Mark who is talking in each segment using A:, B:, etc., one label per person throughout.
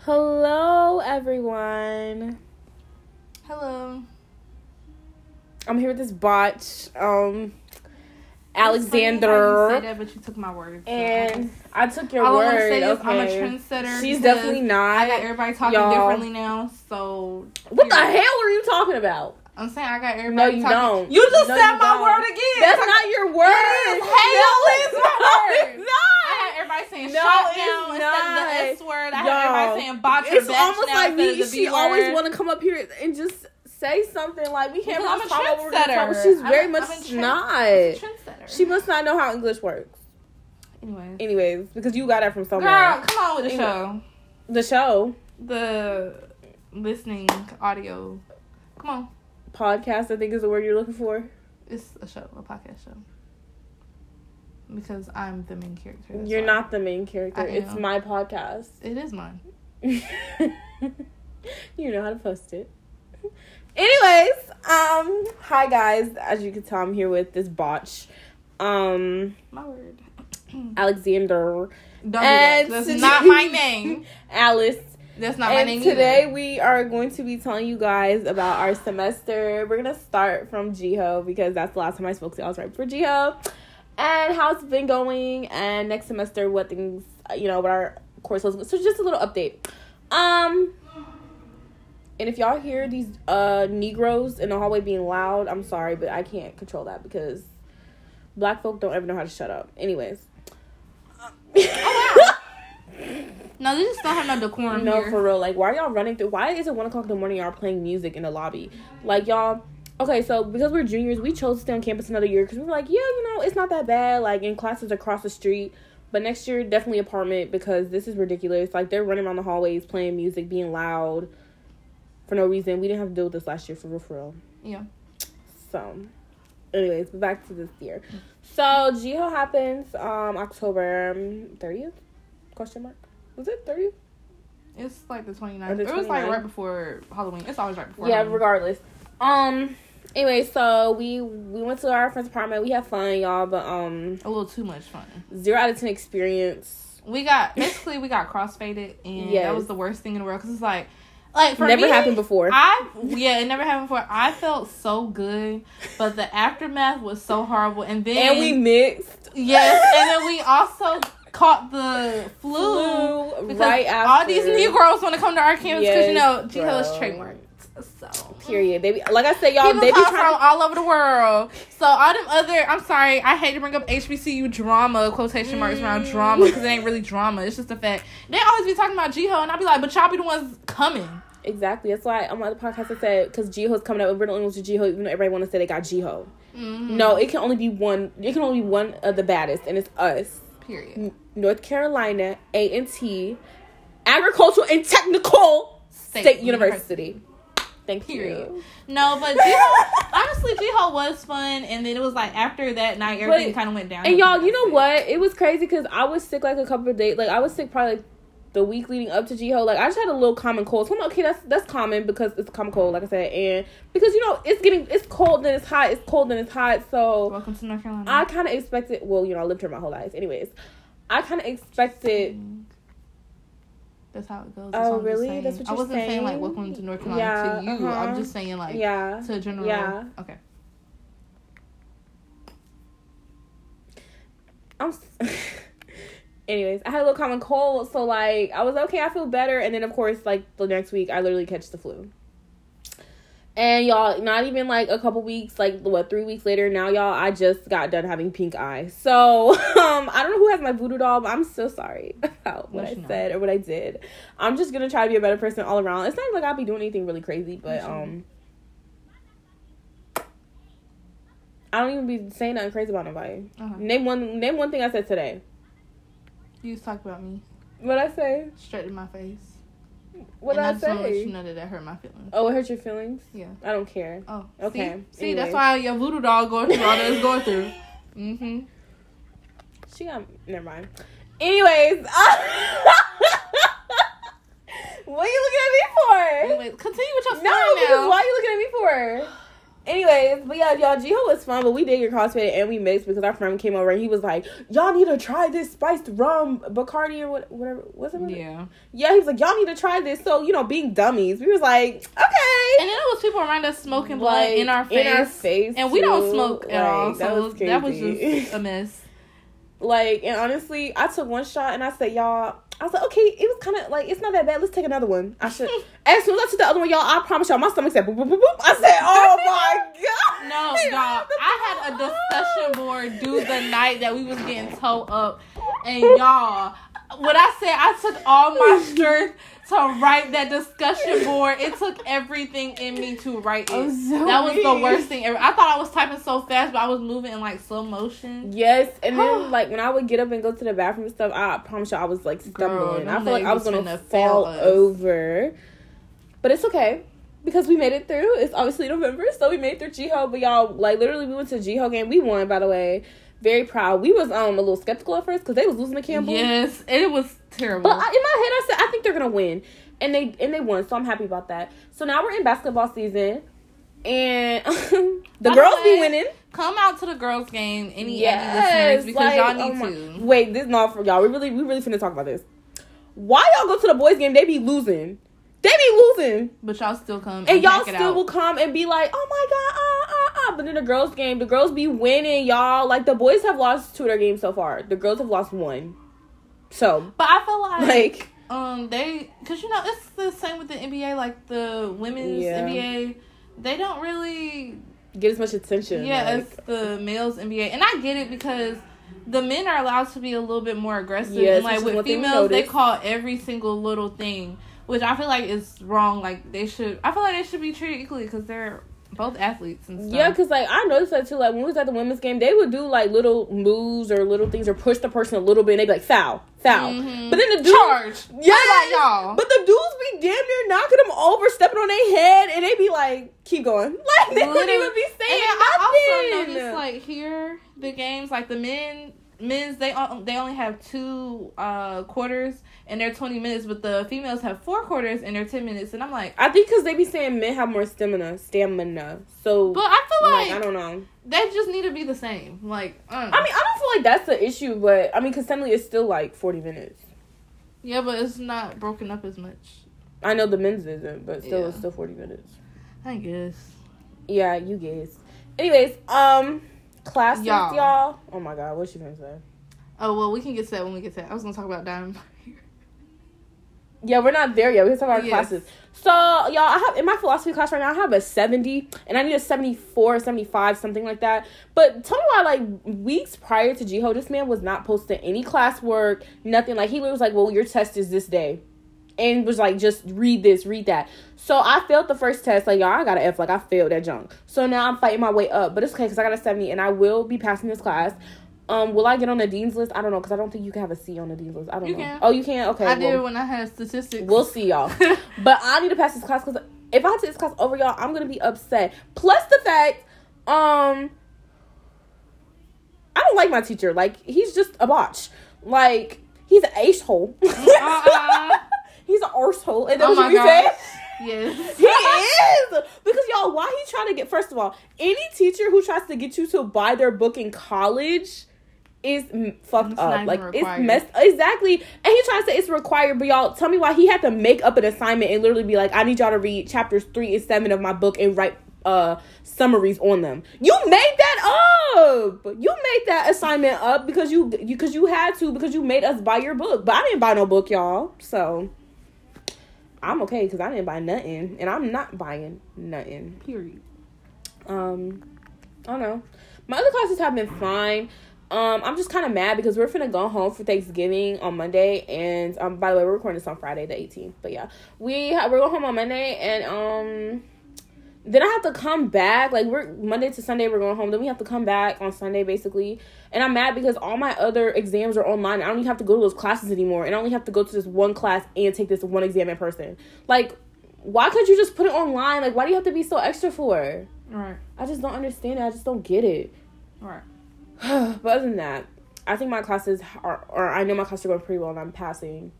A: Hello, everyone.
B: Hello.
A: I'm here with this bot, um,
B: I
A: Alexander,
B: said that, but you took my word. so
A: and I took your
B: all I want to
A: word.
B: say is I'm a
A: okay.
B: trendsetter.
A: She's
B: because
A: definitely
B: I
A: not.
B: got everybody talking
A: y'all.
B: differently now, so
A: what the
B: period.
A: hell are you talking about?
B: I'm saying I got everybody.
A: No, you
B: talking.
A: don't.
B: You just
A: No,
B: said
A: you
B: my
A: don't.
B: word again.
A: That's not your word.
B: Yes, hell is my
A: no,
B: word.
A: it's
B: I
A: not.
B: had everybody saying
A: No,
B: shot
A: it's
B: down instead of the S word. I had
A: Y'all.
B: everybody saying botch or
A: It's
B: batch
A: almost
B: now
A: like
B: instead of
A: we.
B: the
A: She
B: B
A: always
B: word.
A: want to come up here and just say something. Like we can't
B: Because I'm
A: really
B: a
A: talk over the top.
B: trendsetter.
A: She's
B: I'm a-
A: very
B: I'm
A: much
B: a trend-
A: not.
B: Trendsetter.
A: She must not know how English works.
B: Anyways.
A: Anyways, because you got that from somewhere.
B: Girl, come on with the
A: Anyway.
B: show.
A: The show
B: The listening audio. Come on.
A: podcast, I think, is the word you're looking for.
B: It's a show, a podcast show. Because I'm the main character. that's
A: You're
B: why.
A: not the main character.
B: I
A: It's
B: am.
A: my podcast.
B: It is mine.
A: you know how to post it. Anyways, um, hi guys. As you can tell, I'm here with this botch, um,
B: My word.
A: Alexander,
B: Don't do that.
A: And
B: That's
A: today-
B: not my name.
A: Alice.
B: That's not my
A: and
B: name.
A: today
B: either.
A: we are going to be telling you guys about our semester. We're gonna start from Jiho because that's the last time I spoke to y'all was right for Jiho, and how it's been going, and next semester what things uh, you know what our course was. So just a little update. Um, and if y'all hear these uh Negroes in the hallway being loud, I'm sorry, but I can't control that because black folk don't ever know how to shut up. Anyways.
B: Oh, No, they just don't have no decorum
A: No,
B: here.
A: for real. Like, why are y'all running through? Why is it one o'clock in the morning? Y'all playing music in the lobby? Like, y'all. Okay, so because we're juniors, we chose to stay on campus another year because we were like, yeah, you know, it's not that bad. Like, in classes across the street, but next year definitely apartment because this is ridiculous. Like, they're running around the hallways playing music, being loud for no reason. We didn't have to deal with this last year for real, for real.
B: yeah.
A: So, anyways, but back to this year. So, Jiho happens um October thirtieth? Question mark. Was it thirtieth?
B: It's like the 29th.
A: Or the
B: It was like
A: 29th.
B: right before Halloween. It's always right before
A: yeah
B: Halloween.
A: regardless um anyway so we we went to our friend's apartment we had fun y'all but um
B: a little too much fun.
A: zero out of ten experience
B: We got, basically, we got crossfaded, and
A: Yes.
B: that was the worst thing in the world because it's like, like for
A: never
B: me,
A: happened before
B: I yeah, it never happened before. I felt so good, but the aftermath was so horrible. And then
A: and we mixed
B: yes, and then we also caught the flu,
A: flu
B: because
A: right after
B: all these Negroes want to come to our campus because you
A: Yes,
B: know Jihad is
A: bro.
B: trademarked. So
A: period they be, like i said y'all
B: People
A: they be
B: come
A: trying
B: from
A: to,
B: all over the world. So all them other, I'm sorry, I hate to bring up HBCU drama quotation marks around
A: Mm.
B: drama because it ain't really drama. It's just the fact they always be talking about Jihad, and I be like, but y'all be the ones coming.
A: exactly that's why on my other podcast i said because jiho's coming up and we're the only ones with jiho even though everybody want to say they got jiho
B: Mhm.
A: no it can only be one it can only be one of the baddest and it's us
B: period.
A: north carolina a&t agricultural and technical State, University. Thank
B: Period.
A: you.
B: No, but Jihad, honestly, Jihad was fun, and then it was like after that night, everything
A: But-
B: kind of went down.
A: And y'all, you know what? It was crazy because I was sick like a couple of days. Like I was sick probably like, the week leading up to Jiho. Like I just had a little common cold. So I'm like, okay, that's that's common because it's a common cold, like I said, and because you know it's getting it's cold then it's hot. It's cold then it's hot. So
B: Welcome to North Carolina.
A: I kind of expected. Well, you know, I lived here my whole life. Anyways, I kind of expected.
B: That's how it goes.
A: Oh,
B: That's what I'm just
A: really?
B: saying.
A: That's what
B: I
A: you're
B: wasn't saying? like
A: saying?
B: welcome to North Carolina to
A: Yeah,
B: you.
A: uh-huh.
B: I'm just saying like
A: Yeah.
B: to a general.
A: Yeah.
B: Okay.
A: I'm. s- Anyways, I had a little common cold, so like I was okay. I feel better, and then of course, like the next week, I literally catch the flu. And y'all, not even like a couple weeks, like what three weeks later, now y'all, I just got done having pink eye. So um, I don't know who has my voodoo doll, but I'm so sorry about what
B: Yes,
A: I
B: you know.
A: said or what I did. I'm just gonna try to be a better person all around. It's not like I'll be doing anything really crazy, but
B: Yes, you know.
A: um, I don't even be saying nothing crazy about nobody.
B: Uh-huh.
A: Name one. Name one thing I said today.
B: You just talk about me
A: What I say?
B: straight in my face.
A: What
B: and
A: I,
B: I just wanna let
A: say?
B: you know that that hurt my feelings.
A: Oh, it hurt your feelings.
B: Yeah.
A: I don't care.
B: Oh.
A: Okay,
B: See, See, that's
A: anyways.
B: why your voodoo doll going through all that it's going through. Mm-hmm.
A: She got. Never mind. Anyways, what are you looking at me for?
B: Anyway, continue with your
A: No,
B: story
A: because
B: now.
A: why are you looking at me for? Anyways, but yeah, y'all, Jiho was fun, but we did get crossfit and we mixed because our friend came over and he was like, "Y'all need to try this spiced rum Bacardi or what, whatever." Was it? what-
B: Yeah.
A: Yeah, he was like, "Y'all need to try this." So you know, being dummies, we was like, "Okay."
B: And then it was people around us smoking blood in our face.
A: in our face,
B: And we
A: too.
B: don't smoke at
A: Like,
B: all. So that was, that was
A: crazy.
B: just a mess.
A: Like, and honestly, I took one shot and I said, y'all, I was like, okay, it was kind of like, it's not that bad. Let's take another one. I should. as soon as I took the other one, y'all, I promise y'all, my stomach said boop, boop, boop, boop. I said, oh my God.
B: No, y'all. I had a discussion board due the night that we was getting towed up, and y'all, when I said I took all my strength to write that discussion board, it took everything in me to write it.
A: I'm so
B: that was the
A: weak.
B: worst thing ever. I thought I was typing so fast, but I was moving in like slow motion.
A: Yes, and then like when I would get up and go to the bathroom and stuff, I promise you I was like stumbling.
B: them
A: I feel like I was
B: legs
A: gonna
B: finna
A: fall
B: fail us.
A: over, but it's okay because we made it through. It's obviously November, so we made it through Jiho. But y'all, like literally, we went to Jiho game. We won, by the way. Very proud. We was um a little skeptical at first because they was losing to Campbell.
B: Yes, it was terrible.
A: But I, in my head, I said I think they're gonna win, and they and they won, so I'm happy about that. So now we're in basketball season, and the
B: the
A: girls be
B: way,
A: winning.
B: Come out to the girls' game, any
A: Yes,
B: yes, listeners,
A: like,
B: because y'all need
A: oh
B: to.
A: my- Wait, this not for y'all. We really, we really finna talk about this. Why y'all go to the boys' game? They be losing. They be losing,
B: But y'all still come and,
A: and y'all
B: check it
A: still
B: out.
A: will come and be like, "Oh my god, uh, uh, uh." But in the girls' game, the girls be winning, y'all. Like the boys have lost two of their games so far. The girls have lost one. So
B: But I feel
A: like,
B: Um, they, cause you know it's the same with the NBA, like the women's
A: Yeah.
B: NBA. They don't really,
A: get as much attention.
B: yeah,
A: like-
B: it's the males NBA, and I get it because the men are allowed to be a little bit more aggressive.
A: Yes,
B: and
A: which
B: like
A: is
B: with
A: one thing we
B: females, they
A: noticed.
B: call every single little thing, which I feel like is wrong. Like they should, I feel like they should be treated equally because they're both athletes and stuff.
A: Yeah, because like I noticed that too. Like when we was at the women's game, they would do like little moves or little things or push the person a little bit. and They'd be like foul, foul.
B: Mhm.
A: But then the dude,
B: charge.
A: yeah,
B: What about y'all?
A: But the dudes be damn near knocking them over, stepping on their head, and they be like, "Keep going." Like they wouldn't
B: Literally.
A: even be
B: And
A: saying
B: then I also
A: nothing.
B: noticed like here the games like the men men's they on- they only have two uh quarters and they're 20 minutes but the females have four quarters and they're 10 minutes and I'm like
A: I think because they be saying men have more stamina, stamina. So
B: but I feel
A: like
B: like,
A: I don't know.
B: they just need to be the same like uh. I, don't
A: I
B: know.
A: mean, I don't feel like that's the issue, but I mean, because suddenly it's still like forty minutes.
B: yeah but it's not broken up as much
A: I know the men's isn't, but still, it's
B: Yeah.
A: still forty minutes.
B: I guess
A: Yeah, you guessed. Anyways, um, classes, y'all.
B: Y'all.
A: Oh my god, what's she gonna say?
B: oh well we can get to that when we get to that I was gonna talk about dynamite
A: Yeah, we're not there yet. We have to talk about our
B: Yes.
A: classes. So, y'all, I have in my philosophy class right now, I have a 70, and I need a 74, 75, something like that. But tell me why, like, weeks prior to Jiho, this man was not posting any classwork, nothing. Like, he was like, well, your test is this day. And was like, just read this, read that. So I failed the first test. Like, y'all, I got an F. Like, I failed that junk. So now I'm fighting my way up. But it's okay, because I got a 70, and I will be passing this class. Um, will I get on the dean's list? I don't know, because I don't think you can have a C on the dean's list. I don't
B: You
A: know.
B: can.
A: Oh, you can? Okay.
B: I
A: well.
B: did when I had statistics
A: We'll see y'all. but I need to pass this class because if I have to this class over y'all, I'm gonna be upset. Plus the fact, um, I don't like my teacher. Like he's just a botch. Like he's an asshole.
B: Uh-uh.
A: he's an arsehole. And that
B: Oh
A: was
B: my
A: what you
B: gosh.
A: said?
B: yes
A: He is because y'all. Why he trying to get? First of all, any teacher who tries to get you to buy their book in college is m- fucked
B: It's not
A: up.
B: even
A: Like
B: required.
A: it's messed exactly. And he trying to say it's required, but y'all tell me why he had to make up an assignment and literally be like, "I need y'all to read chapters three and seven of my book and write." uh summaries on them you made that up you made that assignment up because you because you had to because you made us buy your book but i didn't buy no book y'all so I'm okay because I didn't buy nothing, and I'm not buying nothing.
B: period
A: Um, I don't know. My other classes have been fine. Um, I'm just kind of mad because we're finna go home for Thanksgiving on Monday, and um, by the way, we're recording this on Friday the 18th. But yeah, we ha- we're going home on Monday, and um, then I have to come back. Like we're Monday to Sunday, we're going home. Then we have to come back on Sunday, basically. And I'm mad because all my other exams are online. I don't even have to go to those classes anymore, and I only have to go to this one class and take this one exam in person. Like, why could not you just put it online? Like, why do you have to be so extra for?
B: right
A: I just don't understand it. I just don't get it.
B: right
A: but other than that, I think my classes are, or I know my classes are going pretty well and I'm passing.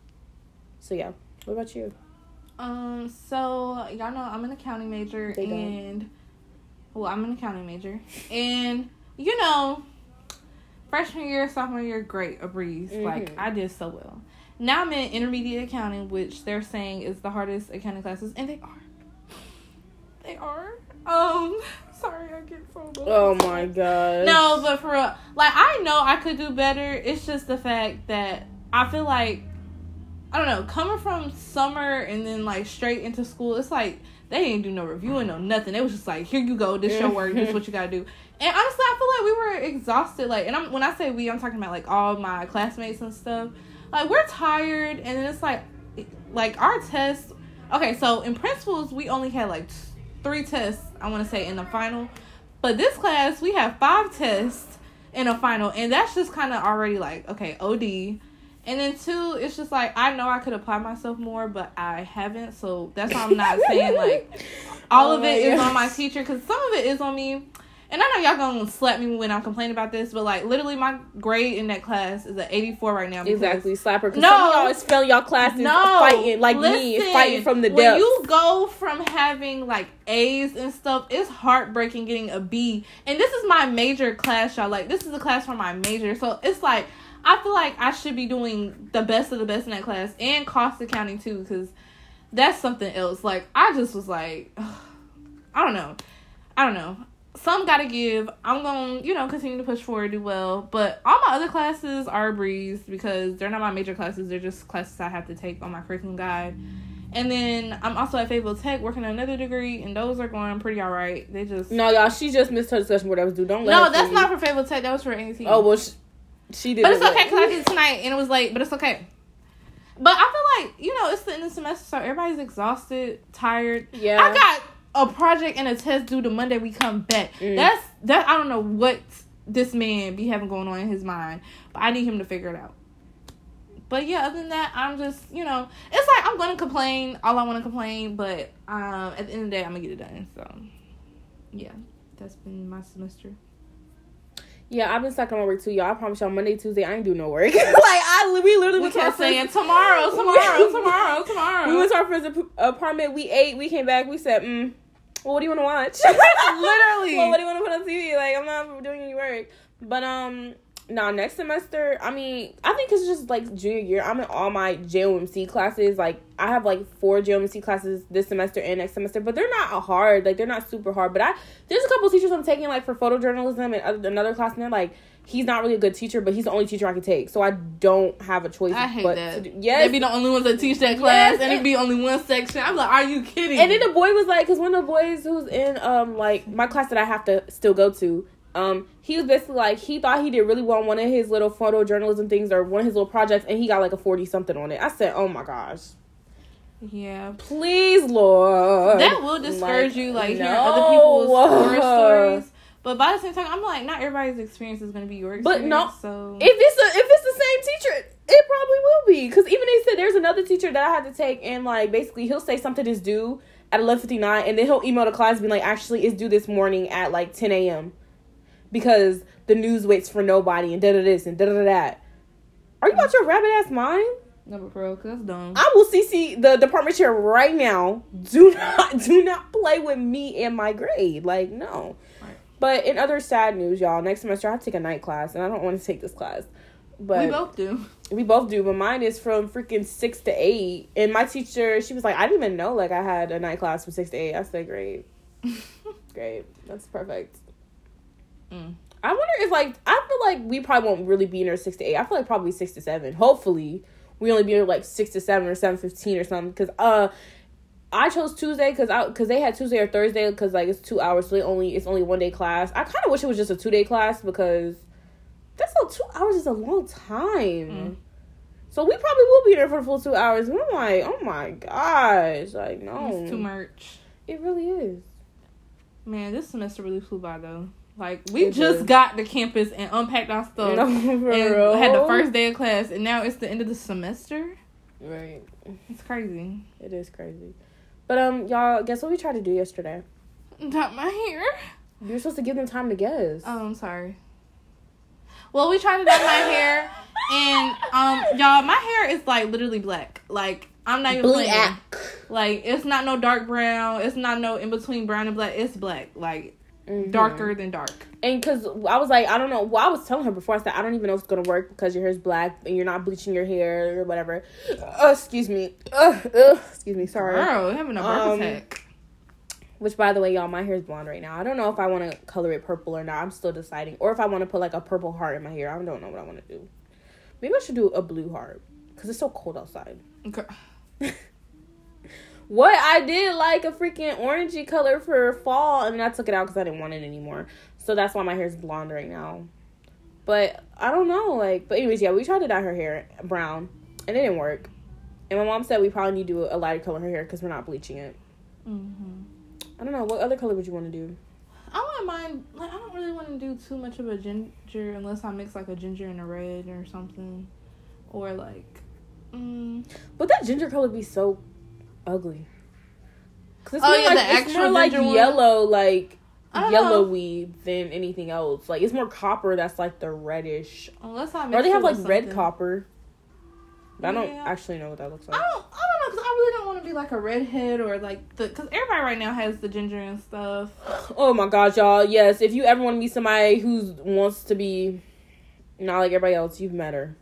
A: So yeah. What about you?
B: Um, so y'all know I'm an accounting major
A: They don't.
B: and Well, I'm an accounting major, and you know, freshman year, sophomore year, great, a breeze. Like
A: Mhm.
B: I did so well. Now I'm in intermediate accounting, which they're saying is the hardest accounting classes, and they are. They are. Um, sorry, I get so.
A: Oh my god.
B: No, but for real, like I know I could do better. It's just the fact that I feel like I don't know, coming from summer and then like straight into school, it's like they didn't do no reviewing no nothing. It was just like, here you go, this your work, this what you gotta do. And honestly, I feel like we were exhausted. Like, and I'm when I say we, I'm talking about like all my classmates and stuff. Like we're tired, and then it's like, like our tests. Okay, so in principles, we only had like t- three tests. I want to say in the final, but this class we have five tests in a final, and that's just kind of already like okay, OD. And then two, it's just like I know I could apply myself more, but I haven't, so that's why I'm not saying like all
A: Oh
B: of
A: my
B: it is
A: gosh.
B: on my teacher because some of it is on me. And I know y'all gonna slap me when I'm complaining about this, but like literally my grade in that class is an 84 right now. because-
A: Exactly, slapper. Because
B: No.
A: some of y'all always fail y'all classes
B: No,
A: fighting like me,
B: listen,
A: fighting from the
B: When
A: depths.
B: you go from having like A's and stuff, it's heartbreaking getting a B. And this is my major class, y'all. Like this is a class for my major, so it's like I feel like I should be doing the best of the best in that class and cost accounting too, because that's something else. Like I just was like, I don't know, I don't know. Some gotta give. I'm gonna, you know, continue to push forward, do well. But all my other classes are a breeze because they're not my major classes. They're just classes I have to take on my curriculum guide. And then I'm also at Fayetteville Tech working on another degree, and those are going pretty all right. They just no,
A: no, y'all, she just missed her discussion board. That was due. Don't let her
B: that's
A: fool
B: not for Fayetteville Tech. That was for AT.
A: you. Oh well, she, she did.
B: But it's
A: it.
B: okay because I did it tonight and it was late, but it's okay. But I feel like, you know, it's the end of the semester, so everybody's exhausted, tired.
A: Yeah.
B: I got a project and a test due the Monday we come back.
A: Mm.
B: That's that I don't know what this man be having going on in his mind, but I need him to figure it out. But yeah, other than that, I'm just, you know, it's like I'm gonna complain all I wanna complain, but um at the end of the day I'm gonna get it done. So yeah, that's been my semester.
A: Yeah, I've been stuck on my work too, y'all. I promise y'all, Monday, Tuesday, I ain't do no work. like I, li- we literally
B: We
A: went to our
B: kept
A: friend's-
B: saying tomorrow, tomorrow, tomorrow, tomorrow.
A: We went to our friend's ap- apartment. We ate. We came back. We said, mm, "Well, what do you want to watch?" Literally. well, what do you want to put on TV? Like, I'm not doing any work. But um, nah. Next semester, I mean, I think it's just like junior year. I'm in all my JOMC classes. Like, I have like four JOMC classes this semester and next semester, but they're not hard. Like, they're not super hard. But I there's a couple teachers I'm taking like for photojournalism and other, another class, and they're like. He's not really a good teacher, but he's the only teacher I can take, so I don't have a choice.
B: I hate
A: but
B: that.
A: To do. Yes,
B: They'd be the only ones that teach that class,
A: Yes,
B: and it'd
A: it-
B: be only one section. I'm like, are you kidding?
A: And then the boy was like, because one of the boys who's in um like my class that I have to still go to, um, he was basically like he thought he did really well on one of his little photojournalism things or one of his little projects, and he got like a forty something on it. I said, oh my gosh,
B: yeah,
A: please Lord,
B: that will discourage
A: Like,
B: you, like
A: no.
B: hearing other people's horror stories. But by the same time, I'm like, not everybody's experience is going to be your
A: But
B: experience.
A: no-
B: so
A: If it's a, if it's the same teacher, it probably will be. Because even they said there's another teacher that I had to take, and like basically he'll say something is due at eleven fifty nine, and then he'll email the class being like, actually, it's due this morning at like ten a.m. because the news waits for nobody, and da da this and da da that. Are you about your rabbit ass mind?
B: no, but bro, 'cause that's dumb.
A: I will CC the department chair right now. Do not do not play with me and my grade. Like no.
B: Right.
A: But in other sad news, y'all, next semester I have to take a night class, and I don't want to take this class. But
B: we both do.
A: we both do, but mine is from freaking six to eight. And my teacher, she was like, I didn't even know like I had a night class from six to eight. I said, Great, great, that's perfect.
B: Mm.
A: I wonder if like I feel like we probably won't really be in there six to eight. I feel like probably six to seven. Hopefully, we only be in there like six to seven or seven fifteen or something. Cause uh, I chose Tuesday because I because they had Tuesday or Thursday because like it's two hours, so they only it's only one day class. I kind of wish it was just a two day class because that's a two hours is a long time.
B: Mm.
A: So we probably will be there for the full two hours. And I'm like, oh my gosh, like no,
B: It's too much.
A: It really is.
B: Man, this semester really flew by though. Like we
A: It
B: just
A: did.
B: got to campus and unpacked our stuff.
A: No, for
B: and
A: real.
B: had the first day of class, and now it's the end of the semester.
A: right.
B: It's crazy.
A: It is crazy. But um, y'all, guess what we tried to do yesterday?
B: Not my hair.
A: You're supposed to give them time to guess.
B: Oh, I'm sorry. Well, we tried to dye my hair, and um, y'all, my hair is like literally black. Like I'm not even playing.
A: Black.
B: Like it's not no dark brown. It's not no in between brown and black. It's black. Like darker than dark.
A: Mm-hmm. And because I was like, I don't know. Well, I was telling her before, I said, I don't even know if it's going to work because your hair's black and you're not bleaching your hair or whatever. Uh, excuse me. Uh, uh, excuse me. Sorry.
B: Girl, you're having a birth
A: Um,
B: attack.
A: Which, by the way, y'all, my hair is blonde right now. I don't know if I want to color it purple or not. I'm still deciding. Or if I want to put like a purple heart in my hair. I don't know what I want to do. Maybe I should do a blue heart because it's so cold outside.
B: Girl.
A: What I did like a freaking orangey color for fall, and then I took it out because I didn't want it anymore. So that's why my hair is blonde right now. But I don't know, like, but anyways, yeah, we tried to dye her hair brown, and it didn't work. And my mom said we probably need to do a lighter color in her hair because we're not bleaching it.
B: Mhm.
A: I don't know what other color would you want to do.
B: I wouldn't mind. Like, I don't really want to do too much of a ginger unless I mix like a ginger and a red or something, or like, mm,
A: But that ginger color would be so ugly. Cause it's
B: Oh,
A: more
B: yeah,
A: like,
B: the
A: it's
B: actual
A: more like
B: ginger one?
A: yellow, like
B: I don't
A: yellowy than anything else. Like it's more copper. That's like the reddish
B: unless I mix.
A: Or they
B: it
A: have like
B: with
A: red
B: something.
A: copper. But I don't
B: Yeah.
A: actually know what that looks
B: I
A: like.
B: don't. I don't know because I really don't want to be like a redhead or like the because everybody right now has the ginger and stuff.
A: Oh my god, y'all. Yes, if you ever want to meet somebody who wants to be not like everybody else, you've met her.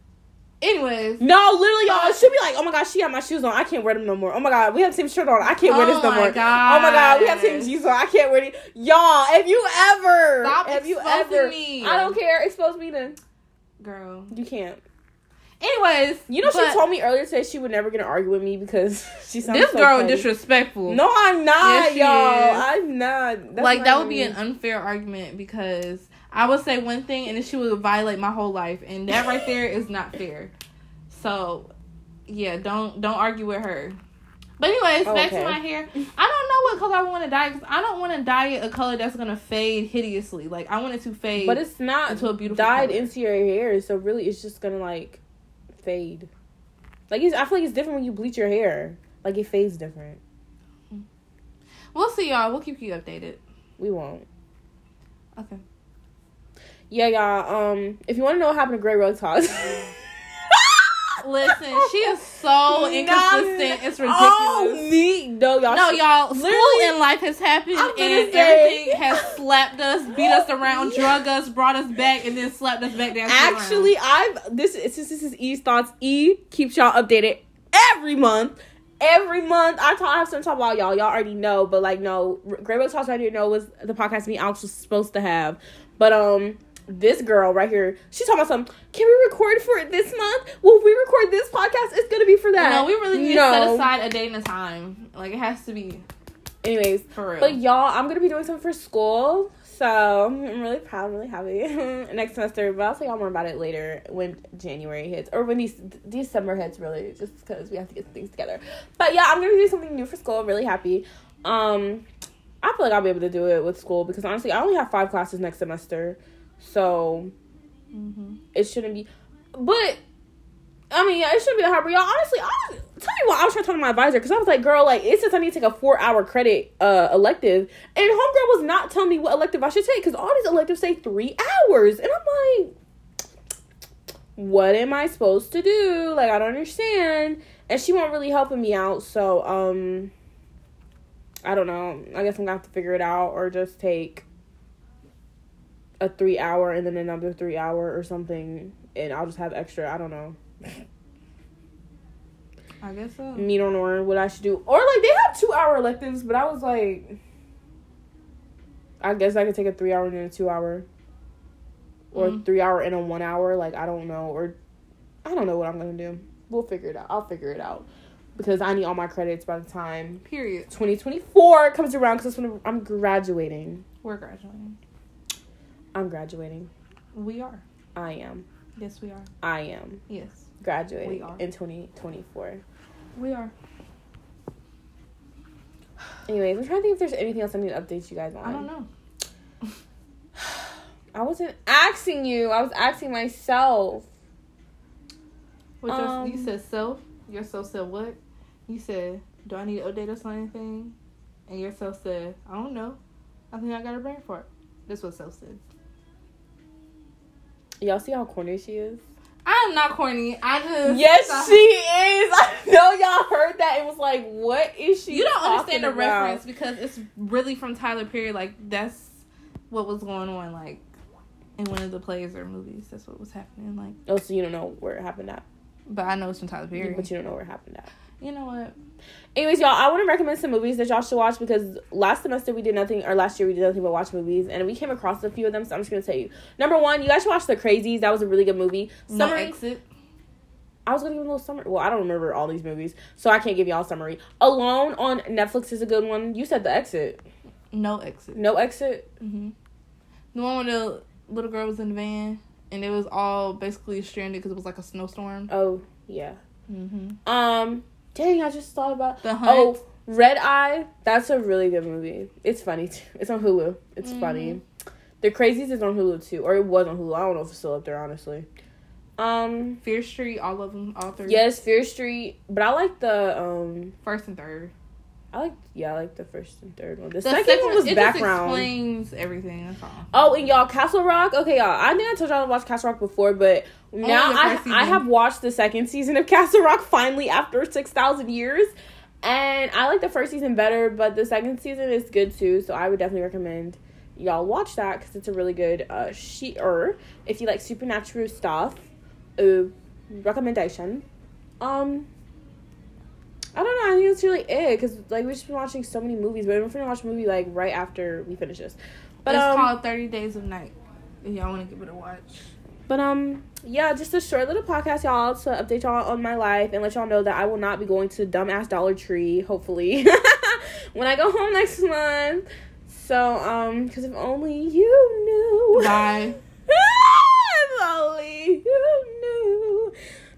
B: Anyways,
A: No, literally, y'all. She'll be like, oh my god, she got my shoes on. I can't wear them no more. Oh my god, we have the same shirt on. I can't wear this
B: Oh
A: no
B: my
A: more. Oh my god, we have the same
B: gosh.
A: jeans on. I can't wear it. Y'all, if you ever.
B: Stop
A: if you
B: exposing
A: ever.
B: me.
A: I don't care. Expose me then.
B: girl.
A: You can't.
B: Anyways,
A: You know,
B: but
A: she told me earlier today she would never get to argue with me because she sounds
B: this
A: so
B: girl
A: petty.
B: disrespectful.
A: No, I'm
B: Yes,
A: not,
B: she
A: y'all.
B: is.
A: I'm not. That's
B: like
A: not
B: that would be
A: me.
B: an unfair argument because I would say one thing and then she would violate my whole life and that right there is not fair. So yeah, don't don't argue with her. But anyways, back to
A: Okay.
B: my hair. I don't know what color I want to dye because I don't want to dye it a color that's gonna fade hideously. Like I want it to fade.
A: But it's not
B: into a beautiful
A: dyed
B: color.
A: into your hair, so really, it's just gonna like fade. Like it's, I feel like it's different when you bleach your hair. Like it fades different.
B: we'll see y'all. We'll keep you updated.
A: We won't.
B: Okay.
A: Yeah, y'all. Um, if you want to know what happened to Grey Rug Toss.
B: Listen, she is so inconsistent. It's ridiculous.
A: Oh, me? No, y'all.
B: No,
A: she-
B: y'all, school
A: Literally-
B: and life has happened,
A: I'm
B: and
A: gonna say-
B: everything has slapped us, beat us around, drug us, brought us back, and then slapped us back down. to the ground.
A: Actually, I've this is- since this is E's thoughts. E keeps y'all updated every month. Every month, I talk. I have something to talk about y'all. Y'all already know, but like, no, R- Great Book Talks right here. No, was the podcast me and Alex was supposed to have, but um. This girl right here, she's talking about something. Can we record for it this month? Will we record this podcast? It's gonna be for that.
B: no, we really need
A: No.
B: to set aside a day and a time. Like it has to be
A: Anyways,
B: for real.
A: But y'all, I'm gonna be doing something for school, so I'm really proud, really happy. Next semester, but I'll tell y'all more about it later when January hits or when these December hits, really, just because we have to get things together. But yeah, I'm gonna do something new for school. Really happy. Um, I feel like I'll be able to do it with school because honestly, I only have five classes next semester, so
B: Mhm.
A: it shouldn't be. But I mean, yeah, it shouldn't be that hard. But y'all, honestly, I was, tell you what, I was trying to talk to my advisor because I was like, girl, like it says I need to take a four hour credit uh elective, and homegirl was not telling me what elective I should take because all these electives say three hours, and I'm like, what am I supposed to do? Like, I don't understand. And she won't really helping me out, so um, I don't know. I guess I'm gonna have to figure it out or just take a three hour and then another three hour or something, and I'll just have extra. I don't know.
B: I guess so.
A: me don't know what I should do. Or like they have two hour electives, but I was like, I guess I could take a three hour and then a two hour, or
B: Mm.
A: three hour and a one hour. Like I don't know, or I don't know what I'm gonna do. We'll figure it out. I'll figure it out because I need all my credits by the time
B: Period.
A: 2024 comes around. Because when I'm graduating,
B: We're graduating.
A: I'm graduating.
B: We are.
A: I am.
B: Yes, we are.
A: I am
B: Yes, We
A: graduating
B: are.
A: in 2024.
B: we are.
A: Anyways, I'm trying to think if there's anything else I need to update you guys on.
B: I don't know.
A: I wasn't asking you. I was asking myself.
B: What your, you
A: Um,
B: said self. Yourself said what? You said, do I need to update us on anything? And yourself said, I don't know. I think I got a brain fart. This was self said.
A: Y'all see how corny she is?
B: I am not corny. I just
A: Yes, she is. I know y'all heard that. It was like, what is she?
B: You don't understand the
A: talking about?
B: reference because it's really from Tyler Perry. Like that's what was going on. Like in one of the plays or movies, that's what was happening. Like,
A: Oh, so you don't know where it happened at,
B: but I know it's from Tyler Perry.
A: but you don't know where it happened at.
B: You know what?
A: Anyways, y'all, I want to recommend some movies that y'all should watch because last semester we did nothing, or last year we did nothing but watch movies, and we came across a few of them. So I'm just gonna tell you. Number one, you guys should watch The Crazies. That was a really good movie.
B: No
A: Summary.
B: exit.
A: I was gonna give a little summary. Well, I don't remember all these movies, so I can't give y'all a summary. Alone on Netflix is a good one. You said The Exit.
B: No exit.
A: No Exit.
B: hmm The one where the little girl was in the van and it was all basically stranded because it was like a snowstorm.
A: Oh yeah.
B: hmm
A: Um. Dang, I just thought about
B: The hunt.
A: Oh, Red Eye. That's a really good movie. It's funny. Too. It's on Hulu. It's
B: Mhm.
A: funny. The Crazies is on Hulu too, or it was on Hulu. I don't know if it's still up there, honestly. Um.
B: Fear Street, all of them, all three.
A: Yes, Fear Street, but I like the um.
B: First and third.
A: I like yeah, I like the first and third one. The,
B: The
A: second, one was
B: it
A: background.
B: Just explains everything. That's all.
A: Oh, and y'all, Castle Rock. Okay, y'all. I think I told y'all to watch Castle Rock before, but now
B: Oh, the
A: I
B: first
A: I
B: season.
A: have watched the second season of Castle Rock finally after six thousand years, and I like the first season better, but the second season is good too. So I would definitely recommend y'all watch that because it's a really good uh sheer if you like supernatural stuff. Uh, recommendation. Um. I don't know. I think that's really it because like we've just been watching so many movies, but we're gonna watch a movie like right after we finish this. But
B: it's
A: um,
B: called Thirty Days of Night. If y'all want to give it a watch.
A: But um, yeah, just a short little podcast, y'all, to update y'all on my life and let y'all know that I will not be going to dumbass Dollar Tree, hopefully, when I go home next month. So um, because if only you knew.
B: Bye.
A: if only you knew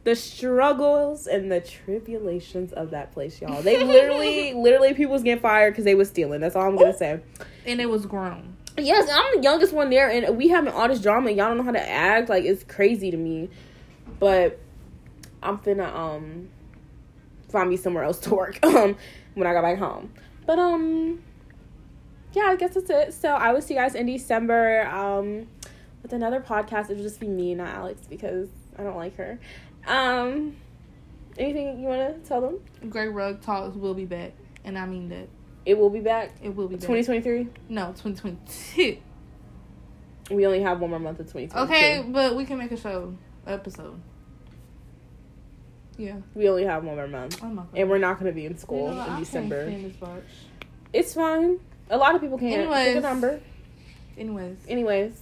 A: the struggles and the tribulations of that place, y'all. They literally, literally, people was getting fired because they was stealing. That's all I'm gonna say.
B: And it was grown.
A: Yes, I'm the youngest one there, and we having all this drama. And y'all don't know how to act. Like it's crazy to me, but I'm finna um find me somewhere else to work um when I go back home. But um, yeah, I guess that's it. So I will see you guys in December um with another podcast. It'll just be me, not Alex, because I don't like her. Um, anything you wanna tell them?
B: Grey Rug Talks will be back, and I mean that.
A: It will be back.
B: It will be back.
A: 2023.
B: no, 2022.
A: We only have one more month of 2022.
B: Okay, but we can make a show episode. Yeah.
A: We only have one more month.
B: Oh my god.
A: and we're not going to be in
B: You know
A: school
B: what? I
A: in
B: can't
A: December.
B: stand this much.
A: It's fine. A lot of people can't. Pick a
B: Anyways.
A: number.
B: Anyways,
A: Anyways,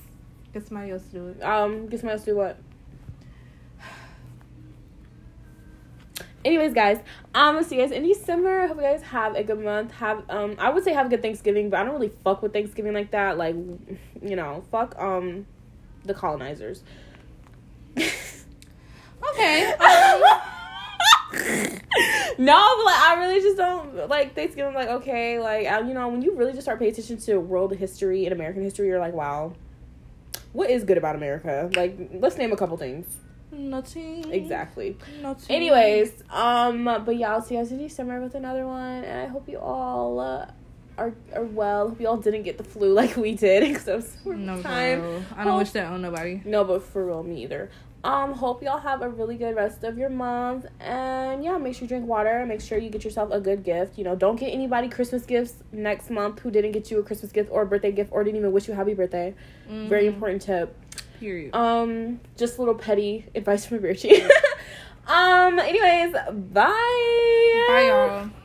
B: get somebody else to do it.
A: um, guess what else do what? Anyways, guys, um, I'll see you guys in December. I hope you guys have a good month. Have um, I would say have a good Thanksgiving, but I don't really fuck with Thanksgiving like that. Like, you know, fuck um, the colonizers.
B: Okay.
A: Um,
B: um,
A: no, but like I really just don't like Thanksgiving. Like okay, like I, you know when you really just start paying attention to world history and American history, you're like, wow, what is good about America? Like let's name a couple things
B: Mm-hmm. nothing.
A: exactly.
B: Nothing.
A: Anyways, um, but yeah, I'll see you guys in December with another one, and I hope you all uh, are are well. Hope you all didn't get the flu like we did because I'm so
B: No,
A: time.
B: girl. I
A: Hope-
B: don't wish that on nobody.
A: No, but for real, me either. Um, hope y'all have a really good rest of your month. And yeah, make sure you drink water. Make sure you get yourself a good gift. You know, don't get anybody Christmas gifts next month who didn't get you a Christmas gift or a birthday gift or didn't even wish you happy birthday. Very
B: Mhm.
A: important tip.
B: Period.
A: Um, just a little petty advice from Richie. um, anyways, bye.
B: Bye, y'all.